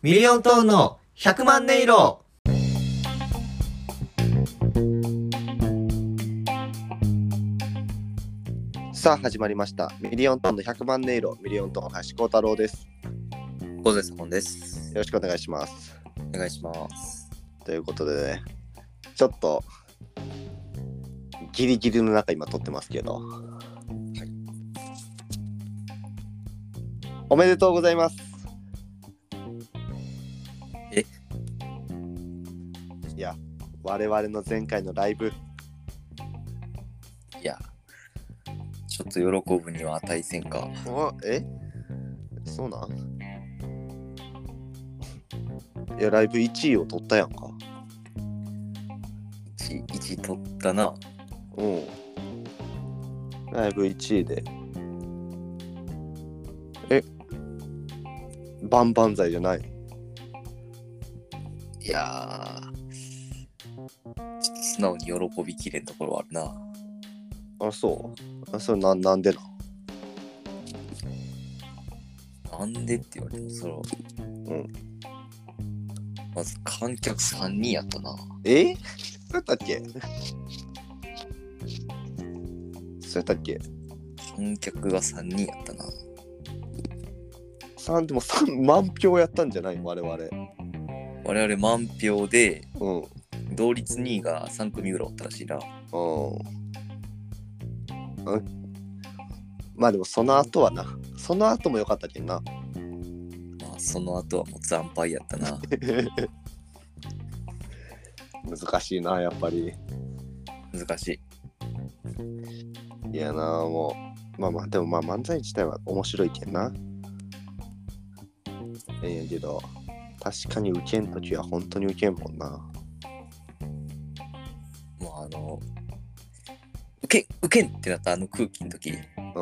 ミリオントーンの100万音色さあ始まりましたミリオントーンの100万音色ミリオントーン橋幸太郎です小瀬さんですよ。ろしくお願いしますお願いします。ということでねちょっとギリギリの中今撮ってますけど、おめでとうございますえいや我々の前回のライブいや、ちょっと喜ぶには値せんか。おえそうなんいやライブ1位を取ったやんか 1, 1取ったな。うん。ライブ1位で。えバンバン剤じゃないいやー、ちょっと素直に喜びきれんところはあるな。あ、そうあ、それなんなんでななんでって言われても、それは。んまず観客3人やったな。えそうやったっけそうやったっけ観客が3人やったな。三でも3万票やったんじゃない我々。我々満票で、うん。同率2位が3組ぐらいおったらしいな。うん。あまあでもその後はな。その後も良かったけんな。 まあ、その後はもう惨敗やったな。難しいな、やっぱり。難しい。いやなあもうまあまあでもまあ漫才自体は面白いけんなええんやけど確かにウケん時は本当にウケんもんなもうあの、受け、受けんってなったあの空気の時、うん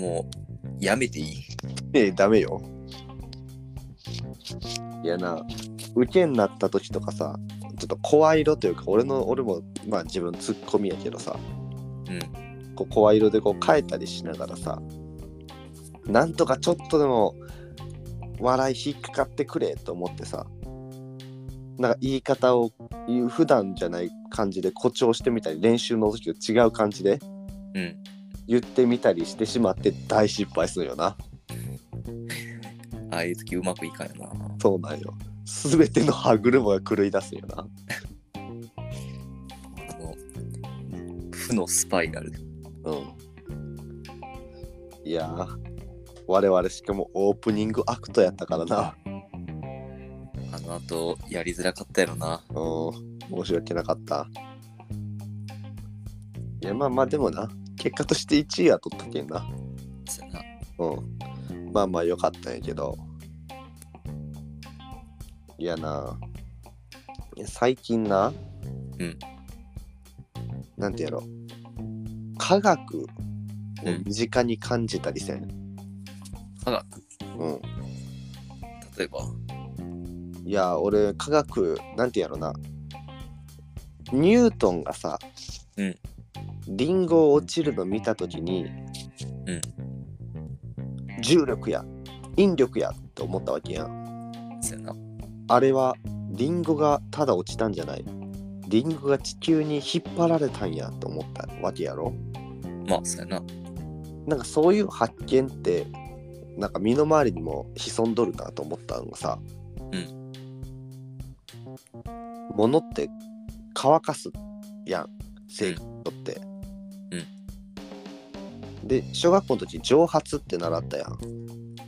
もうやめていい。ええダメよいやなウケんなった時とかさちょっと声色というか俺の俺もまあ自分ツッコミやけどさうん。こう声色でこう変えたりしながらさなんとかちょっとでも笑い引っかかってくれと思ってさなんか言い方を言う普段じゃない感じで誇張してみたり練習の時と違う感じでうん。言ってみたりしてしまって大失敗するよなああいう時うまくいかんよな。そうなんよ全ての歯車が狂い出すよなあの、負のスパイラル。うんいやー我々しかもオープニングアクトやったからなあの後、やりづらかったやろな。うん、申し訳なかった。いや、まあまあ、でもな、結果として1位は取ったけんな。そやなうん。まあまあ、良かったんやけど。いやな、いや最近な、うん。なんてやろ、科学を身近に感じたりせん。科学、うん。例えば、いや、俺、科学、なんてやろな、ニュートンがさ、うんリンゴ落ちるの見たときに、うん重力や引力やって思ったわけやん。そやな。あれはリンゴがただ落ちたんじゃない。リンゴが地球に引っ張られたんやって思ったわけやろ。まあ、そやな。なんかそういう発見ってなんか身の回りにも潜んどるなと思ったのがさ、うん、物って乾かすやん生活にとって、で小学校の時蒸発って習ったやん、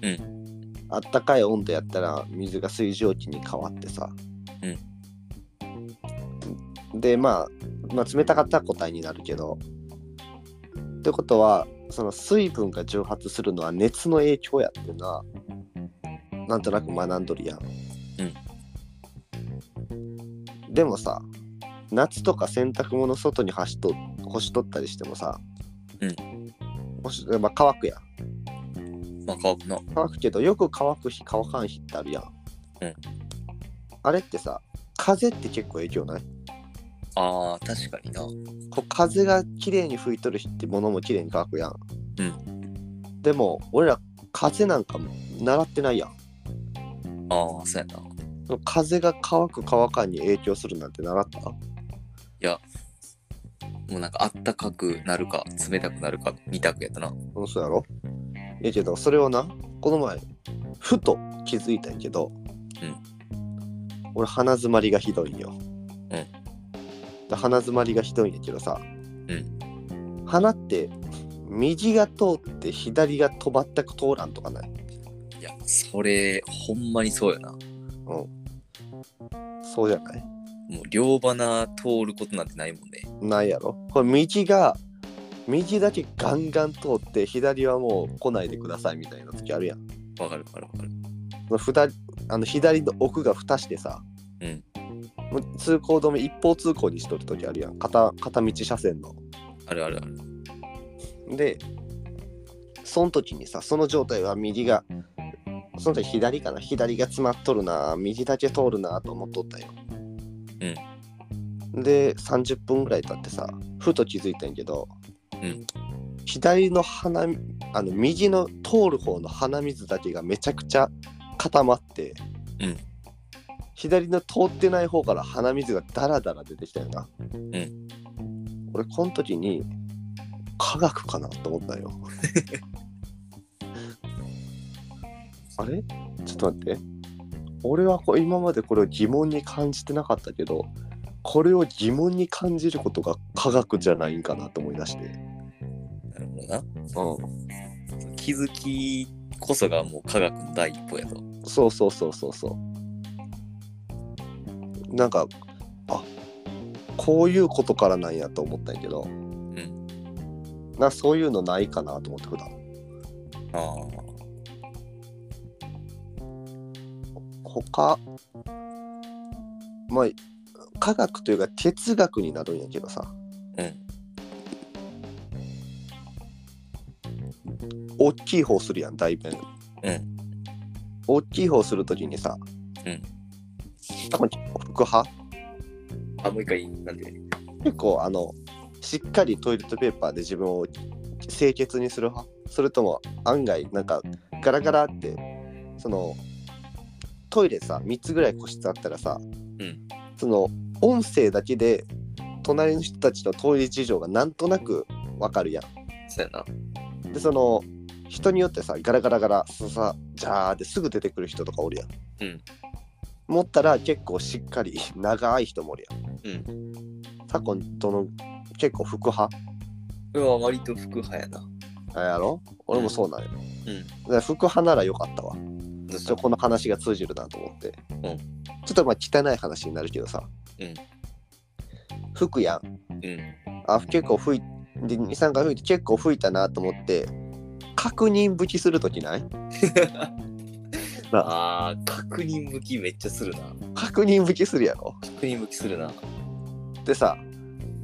うん、あったかい温度やったら水が水蒸気に変わってさ、で、まあ、まあ冷たかったら固体になるけどってことはその水分が蒸発するのは熱の影響やっていうのはなんとなく学んどるやん。でもさ夏とか洗濯物外に干しと干しとったりしてもさ、うん干しまあ、乾くやんまあ、科学な。乾くけどよく乾く日乾かん日ってあるやん。うんあれってさ風って結構影響ないああ、確かにな。こう風が綺麗に吹いとる日って物も綺麗に乾くやん、うでも俺ら風なんか習ってないやんああ、そうやな。風が乾く乾かんに影響するなんて習ったもうなんかあったかくなるか冷たくなるか二択やったな。うんそうやろえけどそれをなこの前ふと気づいたんやけど、うん俺鼻づまりがひどいんよ、うんで鼻づまりがひどいんやけどさ、鼻って右が通って左がとばったく通らんとかないいや、それほんまにそうやな。そうじゃないもう両鼻通ることなんてないもんね。ないやろこれ右が右だけガンガン通って左はもう来ないでくださいみたいな時あるやんわかるわかるわかる。そのふたあの左の奥が蓋してさ、うんもう通行止め一方通行にしとる時あるやん片片道車線のあるあるある。でその時にさその状態は右がその時左かな左が詰まっとるな右だけ通るなと思っとったよ、で30分ぐらい経ってさふと気づいたんやけど、うん左の鼻あの右の通る方の鼻水だけがめちゃくちゃ固まって、うん左の通ってない方から鼻水がダラダラ出てきたよな、ん俺この時に科学かなと思った よあれちょっと待って俺はこう今までこれを疑問に感じてなかったけどこれを疑問に感じることが科学じゃないんかなと思い出して、なるほどな。う気づきこそがもう科学の第一歩やと。ん、そうそうそうそうそうなんかあこういうことからなんやと思ったんやけどうん。なんかそういうのないかなと思って普段ああ。他まあ科学というか哲学になるんやけどさうん。大きい方するやん大便うん。大きい方するときにさ、うん、多分腹派あ、もう一回、なんで結構あのしっかりトイレットペーパーで自分を清潔にする派それとも案外なんかガラガラってそのトイレさ3つぐらい個室あったらさ、んその音声だけで隣の人たちのトイレ事情がなんとなくわかるやそうやな。ん。でその人によってさガラガラガラささじゃーってすぐ出てくる人とかおるやん。うん持ったら結構しっかり長い人もおるやん。うん。タコどの結構副派これは割と副派やな。あれやろ俺もそうなんよ。うん。だから副派ならよかったわ。どうしちょたこの話が通じるなと思って。うんちょっとまあ汚い話になるけどさ。うん服やん。うん。あ、結構吹いで二酸化吹いて結構吹いたなと思って、確認拭きするときないああ、確認向きめっちゃするな。確認拭きするやろ確認向きするな。でさ、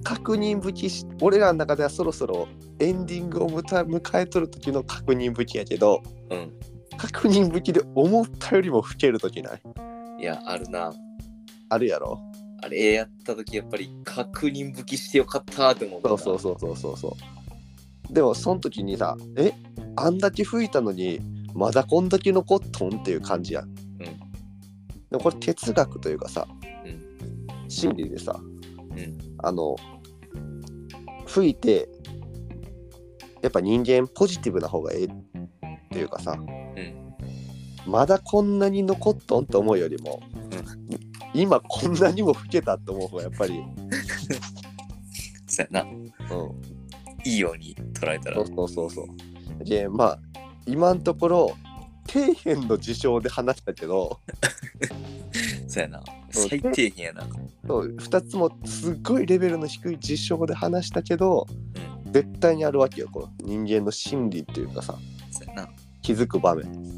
確認拭きし、俺らの中ではそろそろエンディングを迎え迎えとる時の確認拭きやけど、うん。確認拭きで思ったよりも吹けるときないいや、あるな。あるやろあれやった時やっぱり確認向きしてよかったって思ったそな。うそうそうそうそうそうでもその時にさえあんだけ吹いたのにまだこんだけ残っとんっていう感じやん、うん、でもこれ哲学というかさ、う心理でさ、んあの吹いてやっぱ人間ポジティブな方がええっていうかさ、んまだこんなに残っとんと思うよりも、今こんなにも吹けたって思う方がやっぱり、そうやな。うん、いいように捉えたら。そうそうそうそう。で、まあ、今のところ、底辺の事象で話したけど、そうやな。そう最低限やな。そう2つもすっごいレベルの低い事象で話したけど、絶対にあるわけよ、この人間の心理っていうかさ、そうやな。気づく場面。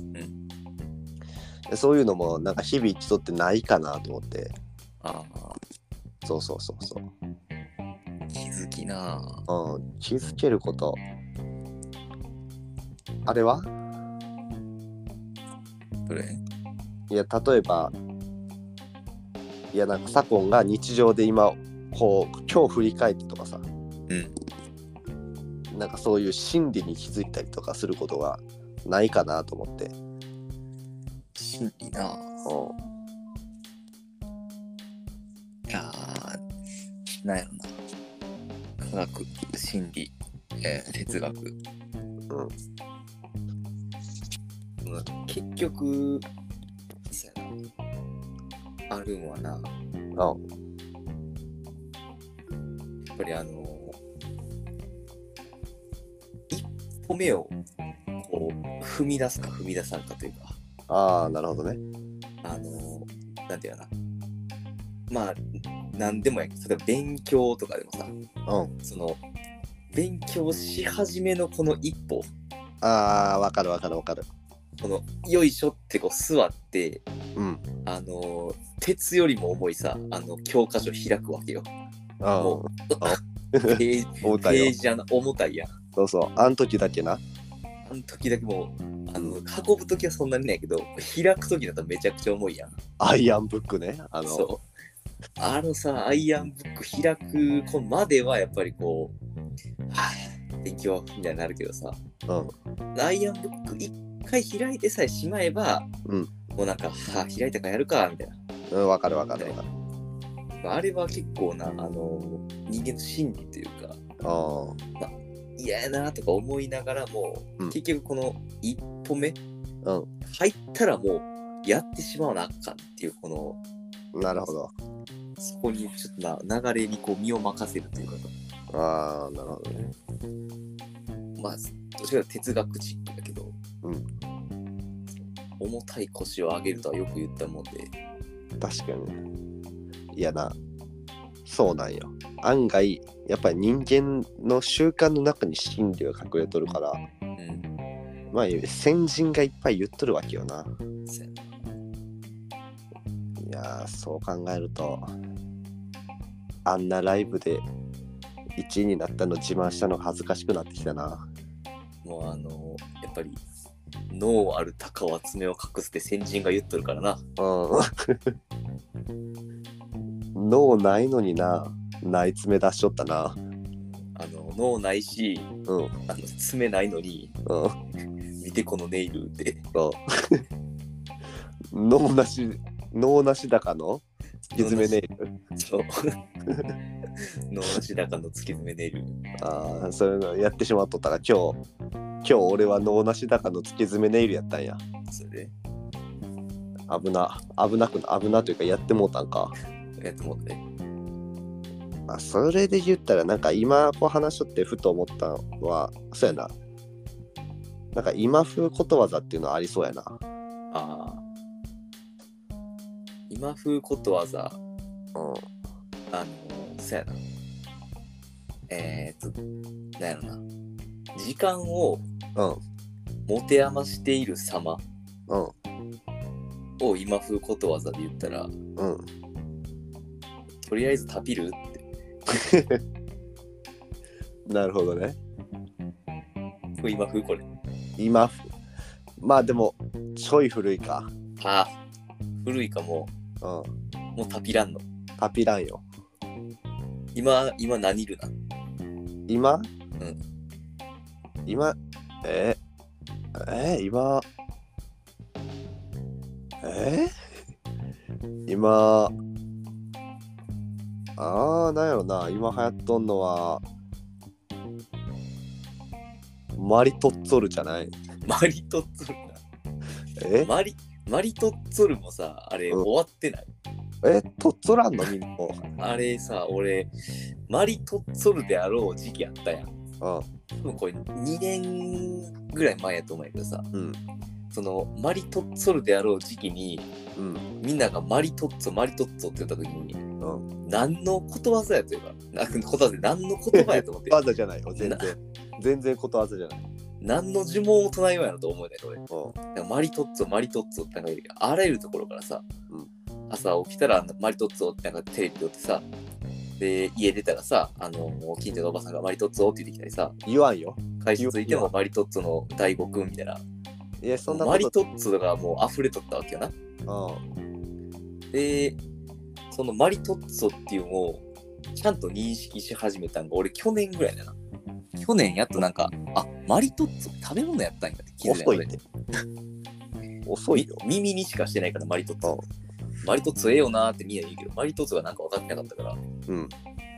でそういうのも、なんか日々生きとってないかなと思って、ああ、そうそうそうそう。気づきな。うん、気づけること。あれはどれいや例えばいやなんか左近が日常で今こう今日振り返ってとかさうん。なんかそういう心理に気づいたりとかすることがないかなと思って心理うな。いやー、なんやろな。科学、心理、えー哲学。うん結局、そうやなあるんはな、やんあっぱりあの一歩目をこう踏み出すか踏み出さんかというか、あーなるほどねあのなんていうかな。まあ、なんでもやけど例えば勉強とかでもさ、うんその勉強し始めのこの一歩あーわかるわかるわかるこのよいしょってこう座ってうんあのー鉄よりも重いさあの教科書開くわけよあもうページ重たいペーよジやな重たいやんそうそうあん時だけなあの時だけもうあの運ぶ時はそんなにないけど開く時だとめちゃくちゃ重いやんアイアンブックねあのそうあのさアイアンブック開くこまではやっぱりこうはい勉強みたいになるけどさうんライアンブック一回開いてさえしまえば、うんもうなんか、はあ、開いたからやるか、みたいうんわかるわかるわかるな。あれは結構な、あの、人間の心理というか、うん嫌やなとか思いながらも、うん結局この一歩目、う入ったらもう、やってしまわなあかんっていう、この、なるほどそこにちょっとな流れにこう身を任せるというか、ああなるほどねまあ、どちらかというと哲学チックだけど、うん重たい腰を上げるとはよく言ったもんで、確かにいやなそうなんよ案外やっぱり人間の習慣の中に真理が隠れとるからうん、まあ先人がいっぱい言っとるわけよなそうやないやーそう考えるとあんなライブで1位になったの自慢したのが恥ずかしくなってきたなもうあのやっぱり脳ある鷹は爪を隠すって先人が言っとるからなうん 脳ないのにな内爪出しとったなあの脳ないしうんうんあの爪ないのに見てこのネイルってそう脳なし脳なし高の突き詰めネイル そう脳なし中の突き詰めネイルああそういうのやってしまっとったら今日今日俺は脳なし高の突き詰めネイルやったんやそれ危な危なくな危なというかやってもうたんか、でやってもらってまあ、それで言ったらなんか今こう話しとってふと思ったのはそうやななんか今風ことわざっていうのはありそうやなああ今風ことわざうんあのそうやなえー、っとなんやろな時間うをん持て余している様うんを今風ことわざで言ったらうんとりあえずタピるってなるほどねこれ今風これ今風まあでもちょい古いかああ古いかもうんもうタピらんのタピランよ今今何いるな今、ん今えー、えー、今えー、今あーなんやろな今流行っとんのはマリトッツォルじゃないマリトッツォルえなマリマリトッツォルもさあれうん終わってない、えトッツォランのみんなあれさ俺マリトッツォルであろう時期あったやんう多分これ2年ぐらい前やと思うんやけどさんそのマリトッツォルであろう時期にうんみんながマリトッツォマリトッツォって言った時に、う何のことわざやというかなことわざで何の言葉やと思って わざじゃないよ全然全然ことわざじゃない何の呪文を唱えようやろと思うねん俺うんなんかマリトッツォマリトッツォってなんかあらゆるところからさ、うん朝起きたらマリトッツォってなんかテレビ撮ってさで家出たらさあの近所のおばさんがマリトッツォって言ってきたりさ言わんよ会社着いてもマリトッツォの大悟くんみたいないやそんなマこリとトッツォがもう溢れとったわけよなうんでそのマリトッツォっていうのをちゃんと認識し始めたんが俺去年ぐらいだな去年やっとなんかあマリトッツォって食べ物やったんやって気づいた遅よいっ俺て遅いよ。み耳にしかしてないから、マリトッツォ。マリトッツォええよなーってみんな言うけど、マリトッツォがなんか分かってなかったから。うん。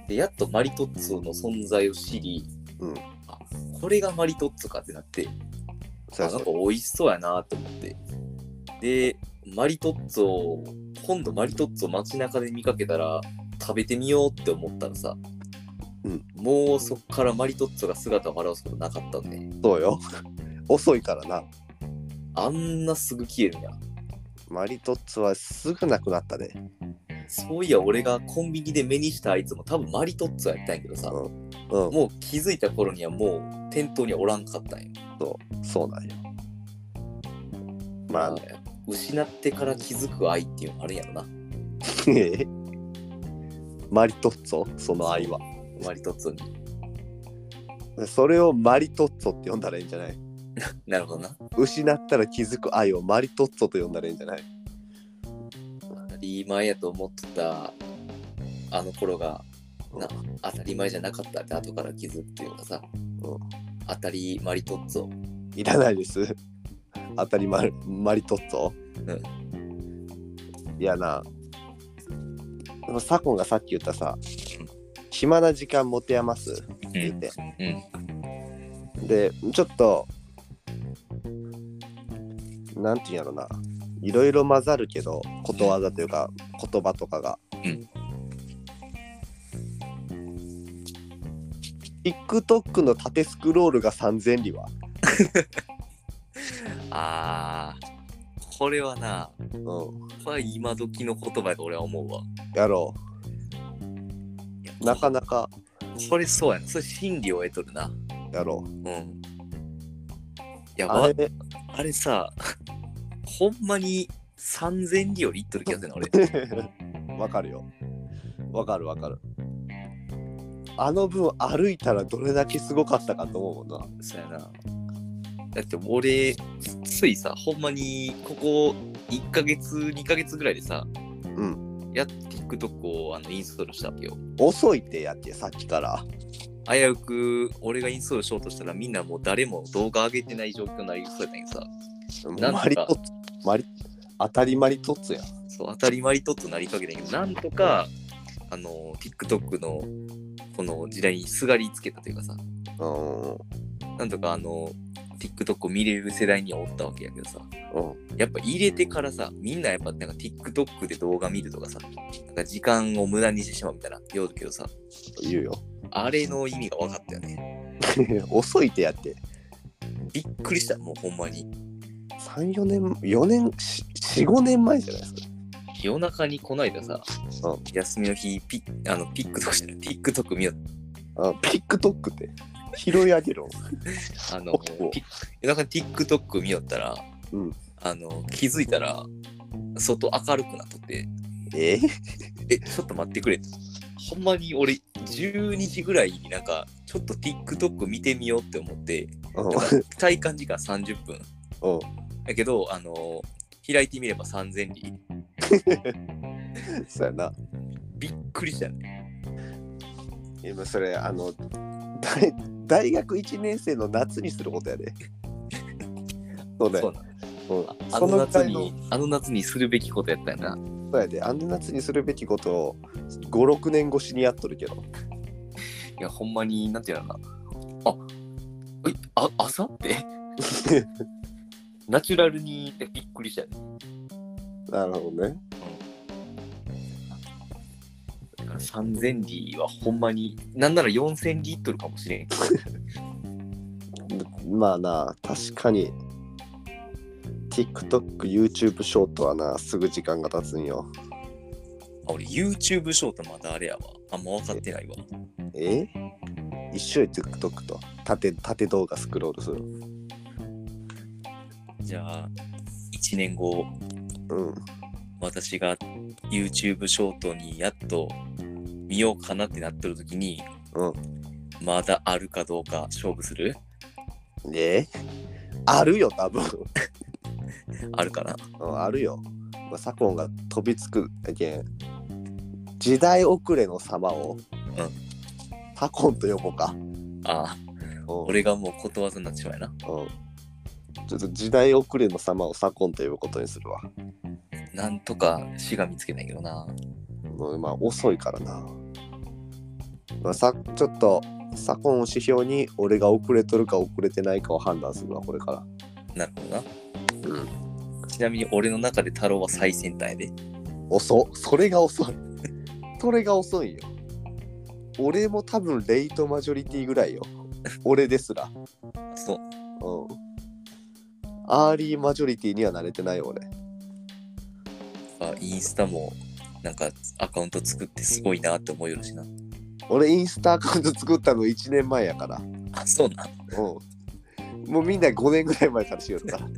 で、やっとマリトッツォの存在を知り、うんあこれがマリトッツォかってなって、そうあそなんうか美味しそうやなと思って。で、マリトッツォ、今度マリトッツォ街中で見かけたら食べてみようって思ったらさ、うんもうそっからマリトッツォが姿を現すことなかったんで、そうよ。 遅いからな。あんなすぐ消えるんや。マリトッツォはすぐなくなったね。そういや、俺がコンビニで目にしたあいつも多分マリトッツォやったんやけどさ、うん、もう気づいた頃にはもう店頭にはおらんかったんや。そうなんよ。まあ、失ってから気づく愛っていうのもあるんやろな、ねマリトッツォその愛は。マリトッツォに。それをマリトッツォって呼んだらいいんじゃないなるほどな。失ったら気づく愛をマリトッツォと呼んだらいいんじゃない当たり前やと思ってたあの頃がな当たり前じゃなかったって後から気づくっていうかさ、うん当たりマリトッツォいらないです。当たり前、マリトッツォいやな。でもサコンがさっき言ったさ、暇な時間持て余すって言って。うんで、ちょっと、なんていうんやろな。いろいろ混ざるけど、ことわざというか、言葉とかが。うん、 TikTok の縦スクロールが3000里はあーこれはなうこれは今時の言葉やと俺は思うわん。やろいやう。なかなかこれそうやなそれ真理を得とるなやろうう。んいやわああれれ、さ ほんまに3000里よりいっとる気がするな俺 わかるよ。わかるわかる。あの分歩いたらどれだけすごかったかと思うもんな。そうやな。だって俺、ついさ、ほんまに、ここ1ヶ月、2ヶ月ぐらいでさ、んやっと TikTok をあのインストールしたわけよ。遅いってやってさっきから。危うく、俺がインストールしようとしたら、みんなもう誰も動画上げてない状況になりそうやったんやけどさ、なんとかマリトッツォマリ当たりマリトッツォや。そう、当たり前とっとなりかけたんやけど、なんとか、あの、TikTok の、この時代にすがりつけたというかさ、うん。なんとかあの、TikTok を見れる世代にはおったわけやけどさ、うん。やっぱ入れてからさ、みんなやっぱなんか TikTok で動画見るとかさ、なんか時間を無駄にしてしまうみたいな、ようだけどさ、言うよ。 あれの意味が分かったよね。遅いってやって。びっくりした、もうほんまに。 3、4年、4年、し4、5年前じゃないですか。夜中にこないださ、うん休みの日、ピあの、TikTok して TikTok 見よあ TikTok って拾い上げろ。 あの、おおピ夜中に TikTok 見よったら、うんあの、気づいたら、外明るくなっとって、え え、ちょっと待ってくれと。ほんまに俺、12時ぐらいになんか、ちょっと TikTok 見てみようって思って、うん。体感時間30分。うんだけど、あの開いてみれば3000里。そうやな。びっくりしたよね。今それあの大大学1年生の夏にすることやで。 そうだそうよ。なのうんあそのの夏夏にに、あの夏にするべきことやったよな。そうやで。あの夏にするべきことを5、6年越しにやっとるけど。いや、ほんまに、なんていうのかな。あ、え、あ、あさ ってナチュラルにえびっくりしたよね。なるほどね。だから3000里はほんまに、なんなら4000里いっとるかもしれんけど。まあな、確かに TikTok、YouTube ショートはな、すぐ時間が経つんよ。あ俺、YouTube ショートまだあれやわ。あんま分かってないわ。え一緒よ TikTok と縦縦動画スクロールする。じゃあ、1年後、うん。私が YouTube ショートにやっと見ようかなってなってる時に、うんまだあるかどうか勝負するえあるよ、多分。あるかなうん、あるよ。まあ、左近が飛びつくだけ時代遅れの様を、左近と呼ぼうか。ああうん、俺がもうことわざになっちまうやなうん、ちょっと時代遅れの様を左近と呼ぶことにするわ。なんとか死が見つけないけどな。もうまあ遅いからな。まあ、さちょっと左近を指標に俺が遅れとるか遅れてないかを判断するわこれから。なるほどな。ちなみに俺の中で太郎は最先端やで。遅っそれが遅い それが遅いよ俺も多分レイトマジョリティぐらいよ俺ですらうんそう。アーリーマジョリティには慣れてない俺あインスタもなんかアカウント作ってすごいなって思うよるしな。俺インスタアカウント作ったの1年前やからうんあ、そうな。もうみんな5年ぐらい前からしよったから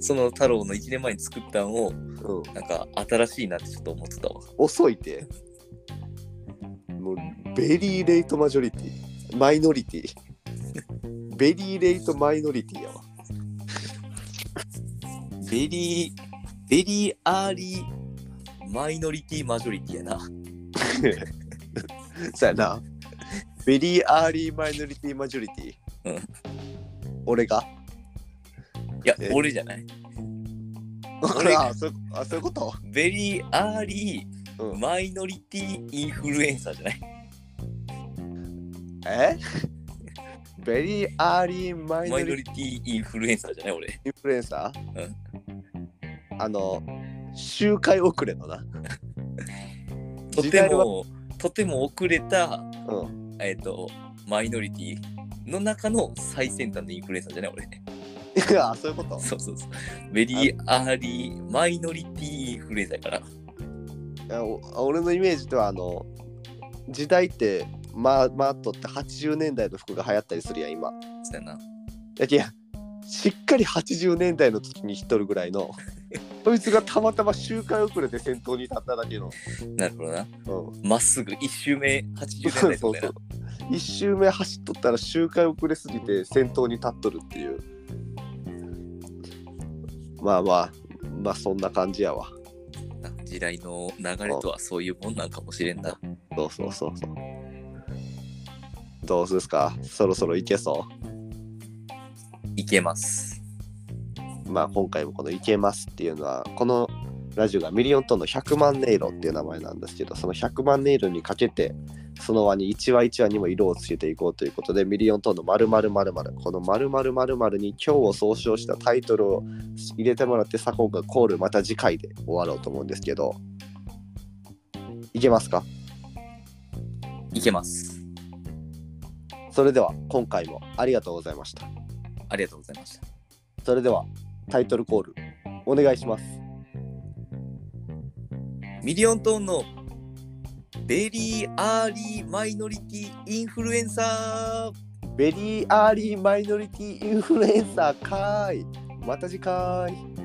その太郎の1年前に作ったのをうんなんか新しいなってちょっと思ってたわ。遅いってもうベリーレイトマジョリティマイノリティベリーレイトマイノリティやわベリー、ベリーアーリーマイノリティマジョリティやな。そうやな。ベリーアーリーマイノリティマジョリティ。うん俺がいやえ、俺じゃない。俺俺ががあそあ、そういうことベリーアーリうーんマイノリティインフルエンサーじゃない。えベリーアーリーマイノマイノリリテティインフルエンサーじゃない俺。ィインフルエンサー、あの、周回遅れのな。と時て代はも、とても遅れた、うん。 えっ、と、マイノリティの中の最先端のインフルエンサーじゃない俺。いや、そういうことそうそうそう。ベリーアーリーマイノリティインフルエンサーやから。いやお俺のイメージでは、あの、時代って、ま、まっとって80年代の服が流行ったりするやん、今。そうやな。やけやしっかり80年代の時に一るぐらいの そいつがたまたま周回遅れて先頭に立っただけの、なるほどな。うん、まっすぐ一周目80年そう代とそかうやそなう一周目走っとったら周回遅れすぎて先頭に立っとるっていうまあまあまあそんな感じやわな時代の流れとはそういうもんなんかもしれんな。そうそうそうそうどうですかそろそろいけそいけます。うまあ今回もこの「いけます」っていうのはこのラジオがミリオントンの100万音色っていう名前なんですけどその100万音色にかけてその輪に1話1話にも色をつけていこうということでミリオントーンの〇〇〇〇この〇〇〇〇に今日を総称したタイトルを入れてもらって左近がコールまた次回で終わろうと思うんですけどいけますかいけます。それでは今回もありがとうございましたありがとうございました。それではタイトルコールお願いしますミリオントーンのベリーアーリーマイノリティインフルエンサーベリーアーリーマイノリティインフルエンサーかーいまた次回